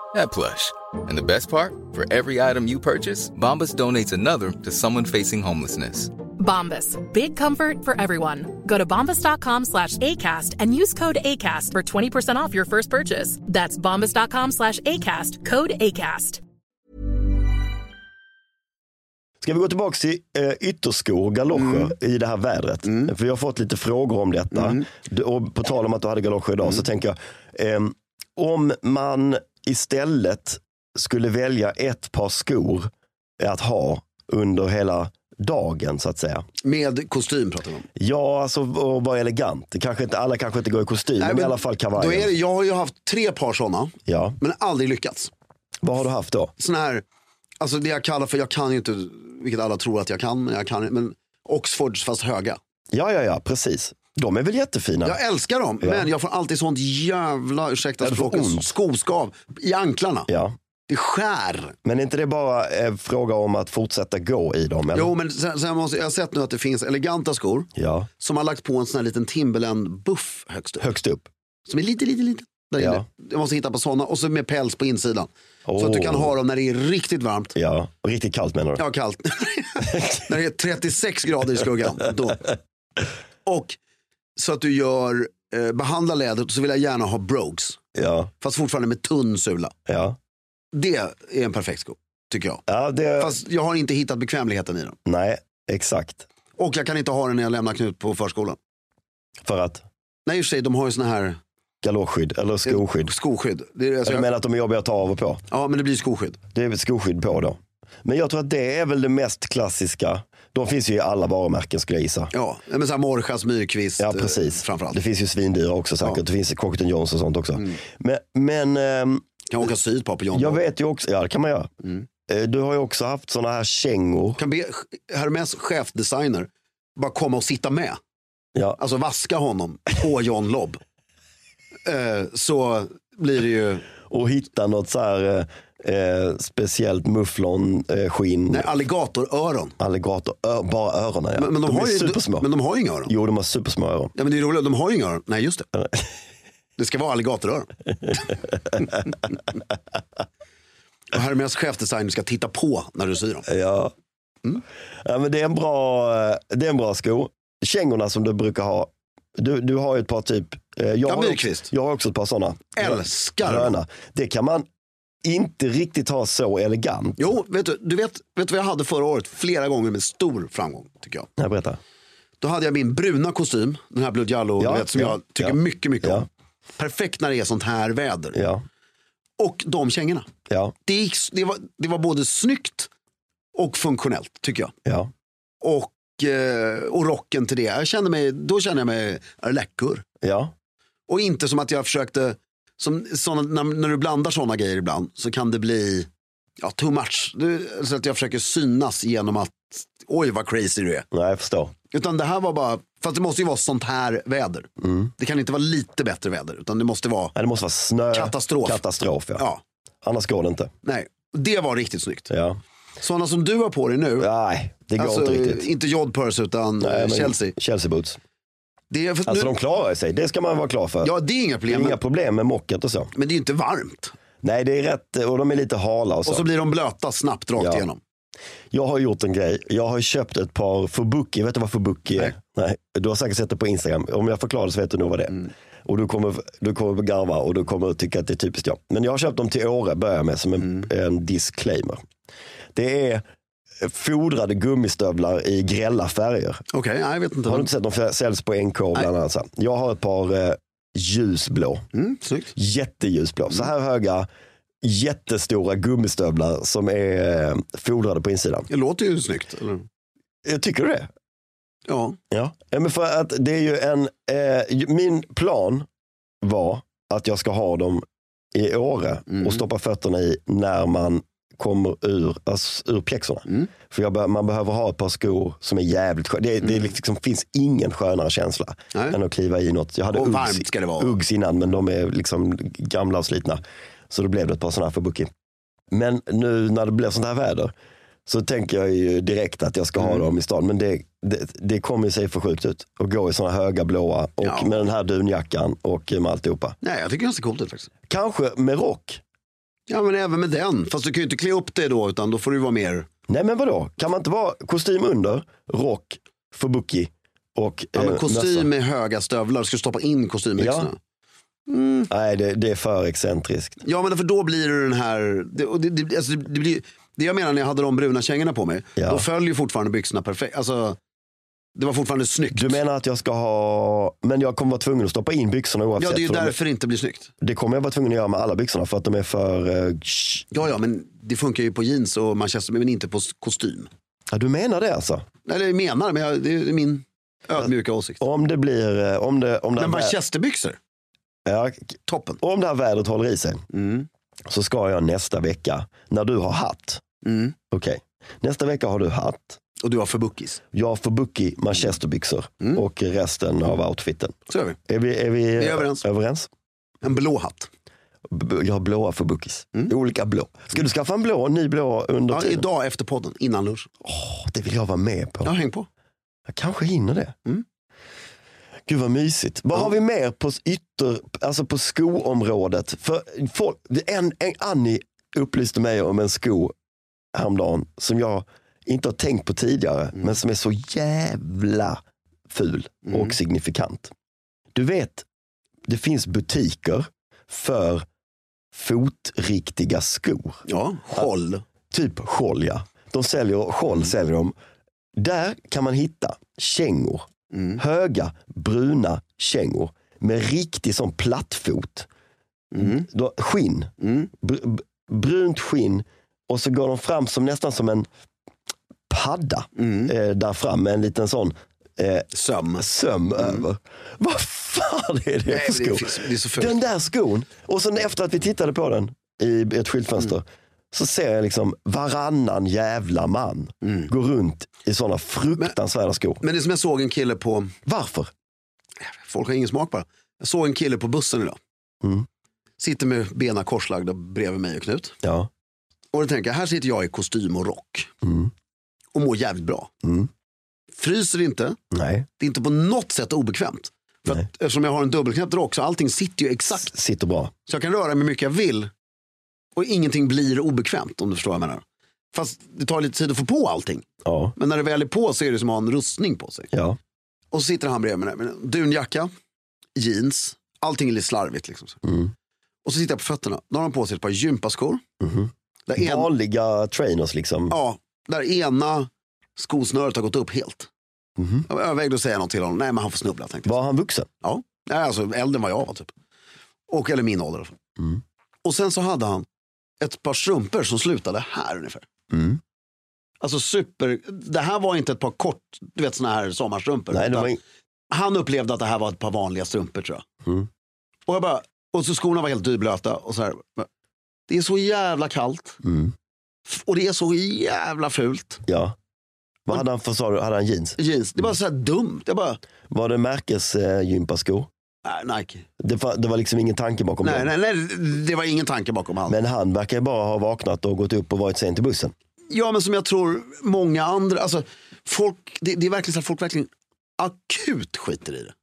that plush. And the best part? For every item you purchase, Bombas donates another to someone facing homelessness.
Bombas. Big comfort for everyone. Go to bombas.com slash ACAST and use code ACAST for 20% off your first purchase. That's bombas.com slash ACAST. Code ACAST.
Ska vi gå tillbaka till eh, ytterskor och galoscher
Mm.
i det här vädret? För jag har fått lite frågor om detta. Du, och på tal om att du hade galoscher idag
Mm.
så tänker jag, ehm, om man istället skulle välja ett par skor eh, att ha under hela dagen så att säga.
Med kostym pratar vi om.
Ja, alltså och vara elegant. Det Kanske inte, alla kanske inte går i kostym, men, i alla fall
Då är det,
kavajen.
jag har ju haft tre par sådana,
Ja.
men aldrig lyckats.
Vad har du haft då?
Sån här, alltså det jag kallar för, jag kan ju inte, vilket alla tror att jag kan, men jag kan men Oxfords fast höga.
Ja, ja, ja, precis. De är väl jättefina?
Jag älskar dem, men jag får alltid sånt jävla, ursäkta
Ja, du får
språket,
ont.
skoskav i anklarna.
ja.
Det skär.
Men är inte det bara eh, fråga om att fortsätta gå i dem? Eller?
Jo, men sen, sen måste, jag har sett nu att det finns eleganta skor
Ja,
som har lagt på en sån här liten Timberland-buff högst upp.
högst upp.
Som är lite, lite, lite. Där
Ja.
inne. Jag måste hitta på sådana och så med päls på insidan. Så att du
Oh.
kan ha dem när det är riktigt varmt.
Ja, och riktigt kallt menar du?
Ja, kallt. [LAUGHS] när det är 36 grader i skuggan. Då. Och så att du gör, eh, behandlar lädret och så vill jag gärna ha brogues.
Ja,
Fast fortfarande med tunn sula.
ja.
Det är en perfekt sko, tycker jag.
ja det,
Fast jag har inte hittat bekvämligheten i den.
nej, exakt.
Och jag kan inte ha den när jag lämnar Knut på förskolan.
För att
Nej, i och för sig, de har ju såna här eh,
galoschskydd eller skoskydd.
skoskydd. Det är, alltså,
Du
jag,
menar att de är jobbiga att ta av och på?
ja, men det blir skoskydd.
Det är väl skoskydd på då. Men jag tror att det är väl det mest klassiska. De finns ju i alla varumärken skulle jag gissa.
Ja, men så här Morjas, Myrkvist
Ja,
eh,
precis.
framförallt.
Det finns ju svindyra också säkert.
Ja. Mm.
Det finns Cockett Jones och sånt också. Men, men ehm,
Kan åka syd på på John.
jag
Doe.
vet ju också, ja det kan man göra.
Mm.
Eh, Du har ju också haft sådana här kängor.
Kan be Hermes chefdesigner bara komma och sitta med.
Ja.
Alltså vaska honom på John Lobb. Eh, så blir det ju,
Och hitta något så här eh, eh, speciellt mufflon, eh, skinn,
nej alligatoröron.
alligator, ö, bara öronen. Ja.
Men, men, de har
är
ju,
supersmå.
men de har ju inga öron.
Jo, de har supersmå öron.
Ja, men det är roligt, de har ju inga öron. Nej, just det.
[LAUGHS]
Det ska vara alligatoröron. Och Hermes chefdesigner ska titta på när du syr dem.
Ja.
Mm.
ja men det, är en bra, eh, det är en bra sko. Kängorna som du brukar ha. Du, du har ju ett par typ. eh, Jag har, ju också,
Myrkvist.
jag har också ett par sådana.
Älskar dem.
Gröna. Det kan man inte riktigt ha så elegant.
Jo, vet du, du vet, vet du vad jag hade förra året flera gånger med stor framgång tycker jag.
Nej, berätta.
Då hade jag min bruna kostym, den här Blue Jallo,
Ja,
du vet, som
ja,
jag tycker
ja.
mycket, mycket
Ja.
om. Perfekt när det är sånt här väder.
Ja,
Och de kängorna.
ja,
Det, gick, det, var, det var både snyggt och funktionellt tycker jag.
ja.
Och, eh, och rocken till det. Jag kände mig, då kände jag mig läcker.
ja.
Och inte som att jag försökte, som, såna, när, när du blandar sådana grejer ibland så kan det bli ja, too much. Du, så att jag försöker synas genom att oj vad crazy du är.
Nej, jag förstår.
Utan det här var bara, fast det måste ju vara sånt här väder. Det kan inte vara lite bättre väder utan det måste vara,
Nej, det måste vara snö.
Katastrof.
Katastrof, ja.
ja,
Annars går det inte.
nej. Det var riktigt snyggt.
Ja.
Sådana som du har på dig nu,
Nej, det går
alltså,
inte riktigt.
inte Jod Purse utan eh,
Nej, men-
Chelsea.
Chelsea Boots.
Det är, för att
Alltså
nu,
de klarar sig, det ska man vara klar för.
Ja, det är inga
det är
problem.
inga
men-
problem med mocket och så.
Men det är ju inte varmt.
Nej, det är rätt och de är lite hala och så.
Och så blir de blöta snabbt rakt
Ja.
igenom.
Jag har gjort en grej. Jag har köpt ett par Fubuki. Vet du vad Fubuki är? Nej. Du har säkert sett det på Instagram. Om jag förklarar det så vet du nog vad det är.
Mm.
Och du kommer, du kommer garva och du kommer tycka att det är typiskt jag. Men jag har köpt dem till Åre, börjar med, som en,
Mm.
en disclaimer. Det är fodrade gummistövlar i grälla färger.
Okej, nej, jag vet inte.
Har du inte sett? De f- säljs på NK bland annat. så här. Jag har ett par eh, ljusblå.
Mm, snyggt.
Jätteljusblå. Så här höga, jättestora gummistövlar som är eh, fodrade på insidan.
Det låter ju snyggt. Eller?
Jag tycker det.
Ja.
Ja. men för att det är ju en, eh, min plan var att jag ska ha dem i Åre
Mm.
och stoppa fötterna i när man kommer ur, alltså, ur pjäxorna.
Mm.
För jag, be- man behöver ha ett par skor som är jävligt sköna. Det, det liksom, finns ingen skönare känsla
Mm. Nej.
än att kliva i något. Jag hade
Och
Uggs-
varmt ska det vara.
Uggs innan, men de är liksom gamla och slitna. Så då blev det ett par sådana här Fubuki. Men nu när det blev sånt här väder så tänker jag ju direkt att jag ska
Mm.
ha dem i stan. Men det, det, det kommer ju sig för sjukt ut att gå i sådana höga blåa och
Ja.
med den här dunjackan och eh, med alltihopa.
Nej, jag tycker det ser coolt ut faktiskt.
Kanske med rock.
Ja, men även med den. Fast du kan ju inte klä upp det då, utan då får du vara mer...
Nej men vadå, kan man inte vara kostym under, rock, fubuki och
Ja, men
eh,
kostym
mössa?
med höga stövlar, ska du stoppa in kostymbyxorna?
Ja. Nej, det, det är för excentriskt.
Ja, men för då blir det den här... Det, och det, det, alltså, det, blir, det jag menar när jag hade de bruna kängorna på mig,
Ja.
då föll ju fortfarande byxorna perfekt. Alltså, det var fortfarande snyggt.
Du menar att jag ska ha, men jag kommer vara tvungen att stoppa in byxorna oavsett.
ja, det är ju
för de-
därför det inte blir snyggt.
det kommer jag vara tvungen att göra med alla byxorna för att de är för... eh, sh-
Ja, ja, men det funkar ju på jeans och manchester, men inte på s- kostym.
Ja, du menar det alltså?
Eller jag menar, men jag, det är min ödmjuka åsikt.
Om det blir, eh, om det, om det,
Men
här, vä-
manchesterbyxor,
ja,
toppen.
om det här vädret håller i sig så ska jag nästa vecka, när du har hatt,
Mm.
okej, nästa vecka har du hatt,
Och du har förbuckis.
jag får bucky manchesterbyxor och resten av outfiten.
Så gör Mm. vi.
Är vi, är vi,
är överens.
överens?
En blå hatt.
B- Jag har blåa för bookies. Olika blå. Ska du skaffa en blå, en ny blå under
Mm. Ja,
tiden?
idag efter podden, innan lunch.
Åh, det vill jag vara med på.
Ja, häng på.
Jag kanske hinner det.
Mm.
Gud vad mysigt. Vad har vi mer på, s- ytter, alltså på skoområdet? För folk, det är en, en, Annie upplyste mig om en sko häromdagen som jag inte har tänkt på tidigare, men som är så jävla ful och signifikant. Du vet, det finns butiker för fotriktiga skor.
Ja, håll.
Typ skål ja. De säljer, skål säljer de. Där kan man hitta kängor. Höga bruna kängor med riktig sån plattfot. Då, skinn. Br- br- brunt skinn och så går de fram som nästan som en padda eh, där fram med en liten sån eh,
Söm.
söm över. Vad fan är det
Mm. Nej,
för
men det,
sko?
finns, det är så fult.
Den där skon. Och sen efter att vi tittade på den i ett skyltfönster
Mm.
så ser jag liksom varannan jävla man
Mm.
gå runt i sådana fruktansvärda skor.
Men det är som jag såg en kille på,
Varför?
folk har ingen smak bara. Jag såg en kille på bussen idag. Mm. Sitter med benen korslagda bredvid mig och Knut.
Ja.
Och då tänker jag, här sitter jag i kostym och rock. Och mår jävligt bra.
Mm.
Fryser inte,
Nej.
det är inte på något sätt obekvämt. För
Nej.
att, eftersom jag har en dubbelknäppt rock så allting sitter ju exakt.
Sitter bra.
Så jag kan röra mig hur mycket jag vill. Och ingenting blir obekvämt om du förstår vad jag menar. Fast det tar lite tid att få på allting.
Ja.
Men när det väl är på så är det som att ha en rustning på sig.
ja.
Och så sitter han bredvid mig med en dunjacka, jeans, allting är lite slarvigt. Liksom.
Mm.
Och så sitter jag på fötterna, då har han på sig ett par gympaskor.
Mm-hmm.
Där, en,
Vanliga trainers liksom.
ja, där ena skosnöret har gått upp helt.
Mm-hmm.
Jag övervägde att säga något till honom, nej men han får snubbla tänkte jag.
Var han vuxen?
Ja, nej, alltså äldre än vad jag var typ. Och, eller min ålder. i alla fall.
Mm.
Och sen så hade han ett par strumpor som slutade här ungefär.
Mm.
Alltså super, det här var inte ett par kort, du vet såna här sommarstrumpor.
Nej, det
utan
var in...
han upplevde att det här var ett par vanliga strumpor tror jag.
Mm.
Och, jag bara, och så skorna var helt dyblöta. Och så här, men det är så jävla kallt.
Mm.
F- Och det är så jävla fult.
Ja. Vad hade han för, sa du, hade han jeans?
Jeans. Det var så här dumt. Jag bara,
Var det märkesgympaskor?
nej, Nike.
Det, fa- det var liksom ingen tanke bakom
Nej,
det.
nej, nej, det var ingen tanke bakom allt.
Men han verkar ju bara ha vaknat och gått upp och varit sen
[LAUGHS]
till bussen.
Ja, men som jag tror många andra. Alltså, folk, det, det är verkligen så att folk verkligen akut skiter
[LAUGHS]
i det.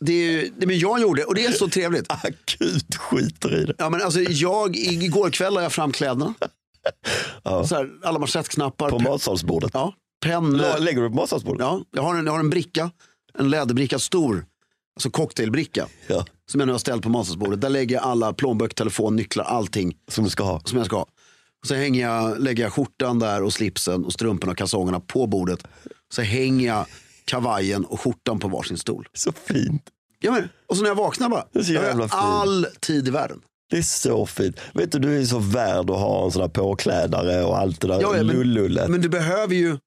det, är, ju- det men jag gjorde och det är så trevligt.
Akut skiter i det.
Ja, men alltså, jag, igår kväll la jag fram kläderna.
Ja.
Så här, alla manschettknappar.
På matsalsbordet.
ja, pennor.
La- Lägger du på matsalsbordet?
Ja, jag, har en, jag har en bricka, en läderbricka stor, alltså cocktailbricka.
Ja.
Som jag nu har ställt på matsalsbordet. Där lägger jag alla plånböcker, telefon, nycklar, allting
Som du ska ha.
som jag ska ha. Och så hänger jag, lägger jag skjortan där och slipsen och strumporna och kalsongerna på bordet. Så hänger jag kavajen och skjortan på varsin stol.
Så fint.
Ja, men, och så när jag vaknar bara,
Det är så
jag
jävla
har
fint.
all tid i världen.
Det är så fint. Vet du, du är så värd att ha en sån här påklädare och allt det där
Ja, ja, men-
lullullet.
Men du behöver ju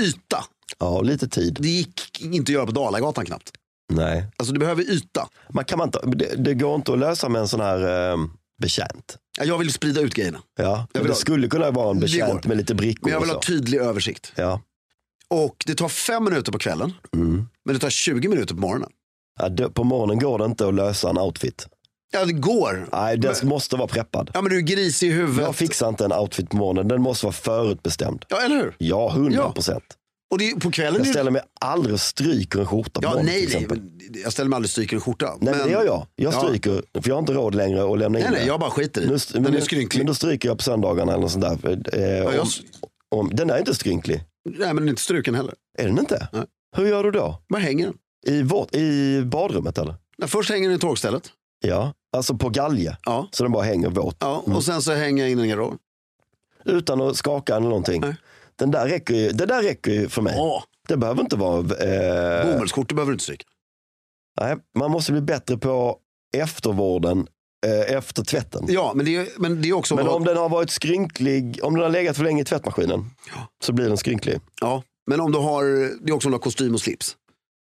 yta.
Ja, lite tid.
Det gick inte att göra på Dalagatan knappt.
Nej.
Alltså du behöver yta.
Man kan man inte, det, det går inte att lösa med en sån här eh, betjänt.
Ja, Jag vill sprida ut grejerna.
Ja, men
vill
det
ha-
skulle kunna vara en
Det
betjänt
går.
med lite brickor
Men jag vill ha
och så.
tydlig översikt.
Ja.
Och det tar fem minuter på kvällen.
Mm.
Men det tar 20 minuter på morgonen.
Ja, det, på morgonen går det inte att lösa en outfit.
Ja, det går.
Nej, den måste vara preppad.
Ja, men du är grisig i huvudet.
Jag fixar inte en outfit på morgonen, den måste vara förutbestämd.
Ja, eller hur?
Ja, 100 procent.
Och det, är- på kvällen...
Jag
är det-
ställer mig aldrig och stryker en skjorta på
Ja,
morgonen
nej,
till
nej.
exempel.
men Jag ställer mig aldrig stryker en skjorta.
Nej, men det gör jag. Jag stryker, för jag har inte råd längre att lämna in
Nej, nej,
det.
jag bara skiter i
Nu,
det. Den
men,
är
men
skrynklig.
då stryker jag på söndagarna eller något sånt där. för, Eh,
jag
om,
s-
om, den är inte skrynklig.
Nej, men inte struken heller.
Är den inte?
Nej.
Hur gör du då?
Var hänger den?
I, vårt, I badrummet eller?
Nej, Först hänger den i torkstället.
Ja, alltså på galge.
Ja.
Så den bara hänger våt.
Ja, och sen så hänger jag in den i garderoben.
Utan att skaka eller någonting.
Nej.
Den där räcker ju, det där räcker ju för mig.
Ja,
Det behöver inte vara... Eh,
bomullsskjortor behöver du inte stryka.
nej, man måste bli bättre på eftervården eh, efter tvätten.
Ja, men det är, men det är också...
Men om den har varit skrynklig, om den har legat för länge i tvättmaskinen så blir den skrynklig.
Ja, men om du har... Det är också om du har kostym och slips.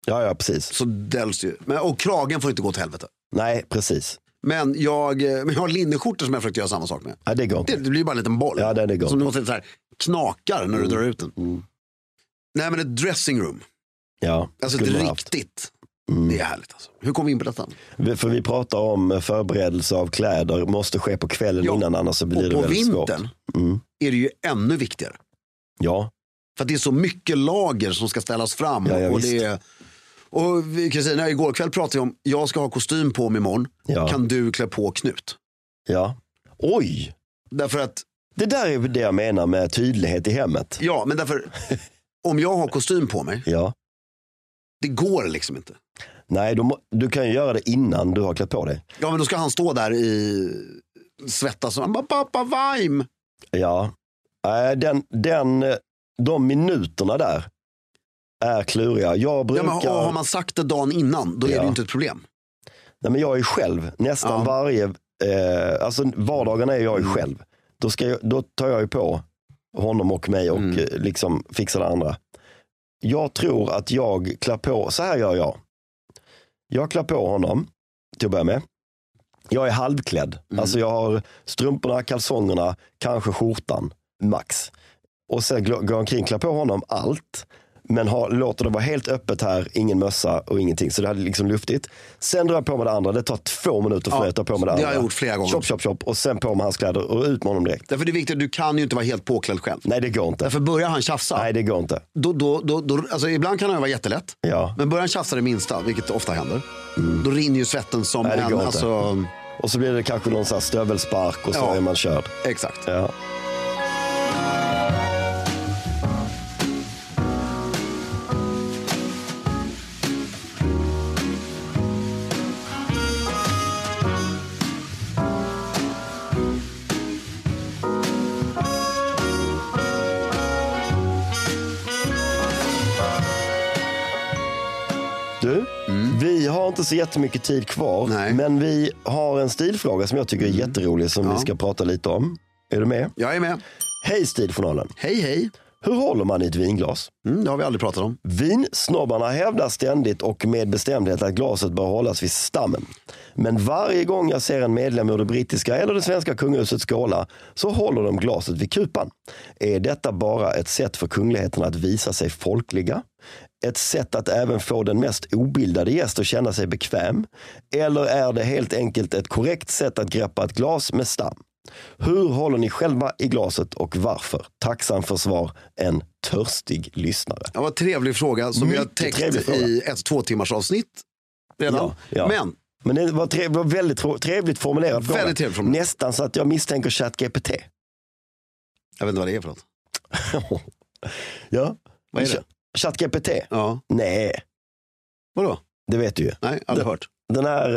Ja, ja, precis.
Så däljs ju. Men, och kragen får inte gå till helvete.
Nej, precis.
Men jag, eh, men jag har linneskjortor som jag försökt göra samma sak med.
Nej, det går
Det,
inte.
det blir bara en liten boll.
Ja, den är gott. Mm.
som du måste så här, knakar när du drar ut den. Nej men ett dressingroom.
Ja,
Alltså
skulle man
ett
haft. Mm.
riktigt. Det är härligt alltså. Hur kom vi in på detta?
Vi- För vi pratar om eh, förberedelse av kläder måste ske på kvällen
Ja.
innan annars så blir
Och
det
på
väldigt svårt.
vintern
Mm.
är det ju ännu viktigare.
Ja,
För att det är så mycket lager som ska ställas fram.
Ja, ja,
och
visst.
det är, och vi- Kristina, igår kväll pratade vi om, jag ska ha kostym på mig imorgon.
Ja.
Kan du klä på Knut?
ja. Oj!
Därför att,
Det där är det jag menar med tydlighet i hemmet.
ja men
[LAUGHS]
därför, om jag har kostym på mig,
Ja.
det går liksom inte.
Nej, du, må- du kan ju göra det innan du har klätt på dig.
Ja men då ska han stå där i svettas och han bara pappa Vime.
Ja. Nej, Den, den, eh, de minuterna där är kluriga. Jag
Ja,
brukar...
men har, har man sagt det dagen innan då är det
Ja.
ju inte ett problem.
Nej, men jag är själv nästan
Ja. Mm.
varje, eh, alltså vardagarna är jag ju själv. Då, ska jag, då tar jag ju på honom och mig och
Mm.
eh, liksom fixar det andra. Jag tror att jag klär på, så här gör jag. Jag klär på honom till att börja med. Jag är halvklädd.
Mm.
Alltså jag har strumporna, kalsongerna, kanske skjortan, max. Och sen gl- går jag omkring, klär på honom allt. Men har, låter det vara helt öppet här, ingen mössa och ingenting. Så det här är liksom luftigt. Sen drar jag på mig det andra, det tar två minuter för
Ja,
mig att ta på mig det
det har
andra.
jag gjort flera gånger.
Chop, chop, chop. Och sen på med hans kläder och ut med honom direkt.
Därför är det viktigt, du kan ju inte vara helt påklädd själv.
Nej, det går inte.
Därför börjar han tjafsa,
Nej, det går inte.
då, då, då, då, alltså ibland kan han ju vara jättelätt.
Ja.
Men börjar han tjafsa det minsta, vilket ofta händer, då rinner ju svetten som
Mm. Nej, det
en...
går inte.
Alltså,
Och så blir det kanske någon så här stövelspark och så
Ja.
är man körd.
Exakt.
Ja. Du, vi har inte så jättemycket tid kvar,
Nej.
men vi har en stilfråga som jag tycker är jätterolig som vi ska prata lite om. Är du med?
Jag är med.
Hej Stiljournalen!
Hej hej.
Hur håller man i ett vinglas?
Mm, det har vi aldrig pratat om.
Vinsnobbarna hävdar ständigt och med bestämdhet att glaset bör hållas vid stammen. Men varje gång jag ser en medlem ur det brittiska eller det svenska kungahuset skåla så håller de glaset vid kupan. Är detta bara ett sätt för kungligheterna att visa sig folkliga? Ett sätt att även få den mest obildade gäst att känna sig bekväm? Eller är det helt enkelt ett korrekt sätt att greppa ett glas med stam? Hur håller ni själva i glaset och varför? Tacksam för svar, en törstig lyssnare.
Det var en trevlig fråga som vi har
Mycket trevlig
täckt
fråga.
i ett två timmars avsnitt redan.
Ja, ja.
Men
Men det var, trev, var väldigt tro- trevligt formulerat. fråga.
Väldigt trevligt formulerat.
Nästan så att jag misstänker ChatGPT.
jag vet inte vad det är för något.
ja.
Vad är det?
ChatGPT?
Ja.
Nej,
Vadå?
det vet du ju.
Nej, aldrig hört.
Den här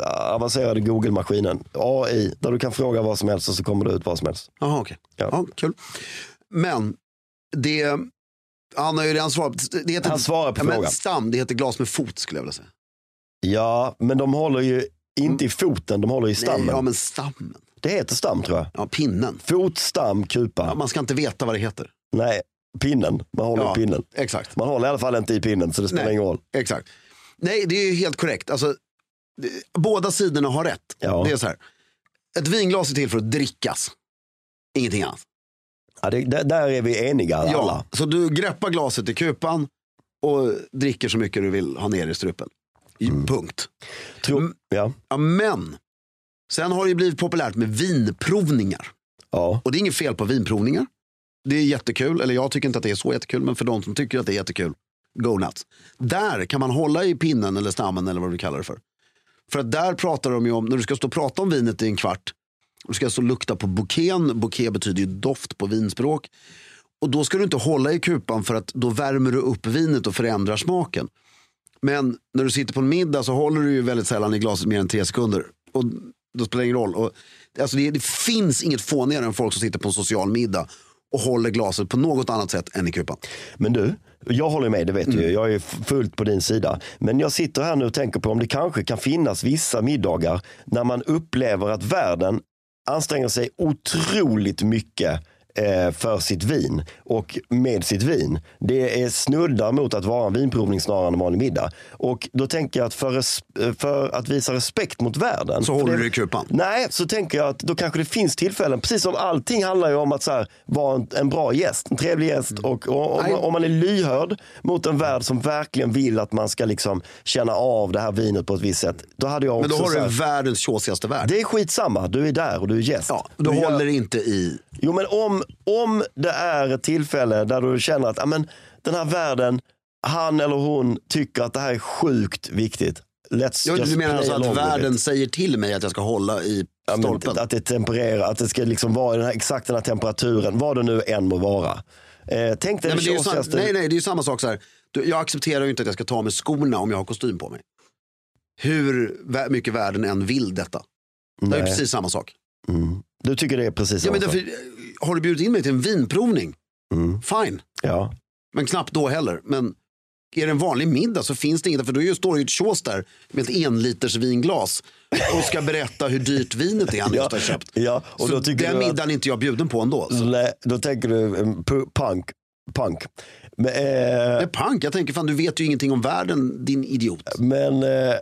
eh, avancerade Google-maskinen, AI, där du kan fråga vad som helst och så kommer det ut vad som helst.
Jaha, okej.
Ja.
Ja, kul. Men det... Han har ju redan svarat. Det heter,
Han svarar på
ja, men
frågan.
stam, det heter glas med fot skulle jag vilja säga.
Ja, men de håller ju inte i foten, de håller i stammen.
Mm. Nej, ja, men stammen.
Det heter stam tror jag.
Ja, pinnen.
Fot, stam, kupa.
Ja, man ska inte veta vad det heter.
Nej, pinnen. Man håller
Ja,
i pinnen.
Exakt.
Man håller i alla fall inte i pinnen, så det spelar
Nej.
ingen roll.
Exakt. Nej, det är ju helt korrekt. Alltså, det- båda sidorna har rätt.
Ja.
Det är så här. Ett vinglas är till för att drickas. Ingenting annat.
Ja, det, där, där är vi eniga alla.
Ja, så du greppar glaset i kupan och dricker så mycket du vill ha ner i strupen. I-
Mm.
Punkt. Mm.
Tror, ja,
Ja, men sen har det ju blivit populärt med vinprovningar.
ja.
Och det är inget fel på vinprovningar. Det är jättekul, eller jag tycker inte att det är så jättekul, men för de som tycker att det är jättekul, go nuts. Där kan man hålla i pinnen eller stammen eller vad du kallar det för. För att där pratar de ju om, när du ska stå och prata om vinet i en kvart, du ska stå och lukta på bouquén, bouquet betyder ju doft på vinspråk. Och då ska du inte hålla i kupan för att då värmer du upp vinet och förändrar smaken. Men när du sitter på en middag så håller du ju väldigt sällan i glaset mer än tre sekunder. Och då spelar det ingen roll. Och, alltså det, det finns inget fånigare än folk som sitter på en social middag och håller glaset på något annat sätt än i kupan.
Men du, jag håller med, det vet
Mm.
du ju. Jag är fullt på din sida. Men jag sitter här nu och tänker på om det kanske kan finnas vissa middagar när man upplever att världen anstränger sig otroligt mycket eh, för sitt vin och med sitt vin. Det är snuddar mot att vara en vinprovning snarare än en vanlig middag. Och då tänker jag att för, res- eh, för att visa respekt mot världen.
Så
för
håller
det-
du i kupan?
Nej, så tänker jag att då kanske det finns tillfällen, precis som allting handlar ju om att så här, vara en, en bra gäst, en trevlig gäst och, och om,
Mm. Nej.
man, om man är lyhörd mot en värld som verkligen vill att man ska liksom känna av det här vinet på ett visst sätt. Då hade jag också
Men då har
så
du
här,
världens tjåsigaste värld.
det är skitsamma, du är där och du är gäst.
ja, du
gör-
håller inte i...
Jo men om, om det är ett tillfälle där du känner att amen, den här världen, han eller hon tycker att det här är sjukt viktigt. Let's
Ja,
just
du menar
play
alltså
along
att
with it.
världen säger till mig att jag ska hålla i
Ja, men
stolpen?
Att det tempererar, att det ska liksom vara i den här, exakt den här temperaturen, vad det nu än må vara. Eh, tänk dig
Nej,
den
men det är ju sam-
tjosigaste...
nej, nej, det är ju samma sak så här. Du, jag accepterar ju inte att jag ska ta med skorna om jag har kostym på mig. Hur vä- mycket världen än vill detta. Det är ju
Nej.
precis samma sak.
Mm. Du tycker det är precis
Ja,
samma
men
sak?
därför, eh, har du bjudit in mig till en vinprovning,
Mm.
fine.
Ja.
Men knappt då heller. Men är det en vanlig middag så finns det inget. För då är- står det ju ett tjås där med ett enliters vinglas och ska berätta hur dyrt vinet är han just har köpt.
ja. Och
så
då tycker Mm.
den
du att,
middagen är inte jag bjuden på ändå. Så.
nej, Då tänker du mm, pu- punk. punk. Men, eh,
Nej, pank, jag tänker fan du vet ju ingenting om världen din idiot.
Men eh,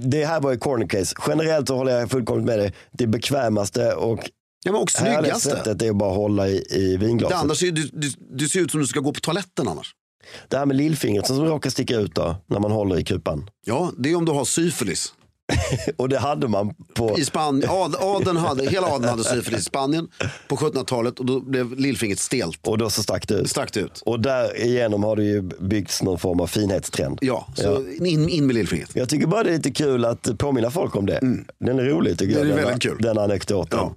det här var ju corner case. Generellt så håller jag fullkomligt med dig. Det bekvämaste och
Ja, men och
härligaste
snyggaste.
sättet är att bara hålla i, i
Det
vinglaset.
annars är, ju- du, du, du ser ut som du ska gå på toaletten annars.
Det här med lillfingret som råkar sticka ut då, när man håller i kupan.
Ja, det är om du har syfilis.
och det hade man på...
I Spanien, ad, adeln hade, hela adeln hade syfilis i Spanien på 1700-talet och då blev lillfingret stelt.
Och då så stack det ut.
Stack det ut.
Och därigenom har det ju byggts någon form av finhetstrend.
Ja, så In, in med lillfingret.
Jag tycker bara det är lite kul att påminna folk om det. Den är rolig
Den
tycker jag.
Mm. är
den-
väldigt kul.
Den anekdoten.
Ja.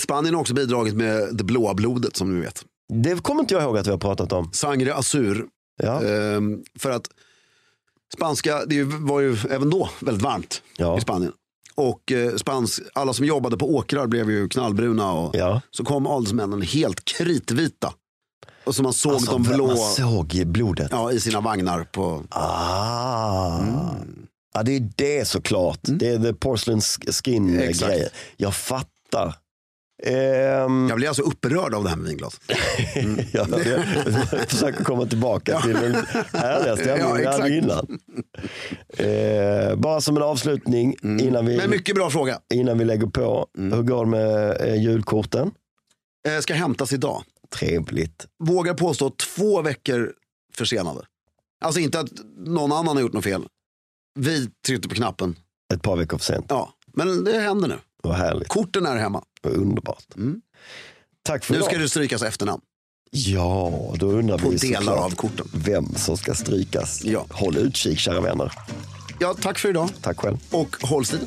Spanien har också bidragit med det blåa blodet som ni vet.
Det kommer inte jag ihåg att vi har pratat om.
Sangre Azur.
Ja.
Ehm, för att spanska, det var ju även då väldigt varmt
Ja.
i Spanien. Och eh, spans, alla som jobbade på åkrar blev ju knallbruna. Och,
Ja.
Så kom adelsmännen helt kritvita. Och så man såg
Alltså,
de blå
Man såg i blodet.
ja, i sina vagnar. På,
Ah.
Mm.
Ja, det är det såklart. Det är the porcelain
Exakt.
skin-grejen. Jag fattar. Ehm,
Jag blir alltså upprörd av det här med vinglas.
[LAUGHS] jag, jag försöker komma tillbaka till den härliga stämningen
Ja,
vi
exakt.
hade innan. Ehm, bara som en avslutning innan, vi,
Mm. Men mycket Mm. bra fråga.
innan vi lägger på. Hur går det med eh, julkorten?
Eh, ska hämtas idag.
Trevligt.
vågar påstå två veckor försenade. Alltså inte att någon annan har gjort något fel. Vi tryckte på knappen.
Ett par veckor för sent.
Ja, men det händer nu.
Vad härligt.
Korten är hemma.
Vad underbart.
Mm.
Tack för
Nu
idag.
ska det strykas efternamn
Ja, då undrar
på
vi
delar
såklart
av korten.
vem som ska strykas.
Ja.
Håll utkik kära vänner.
Ja, tack för idag
Tack själv.
och håll stilen.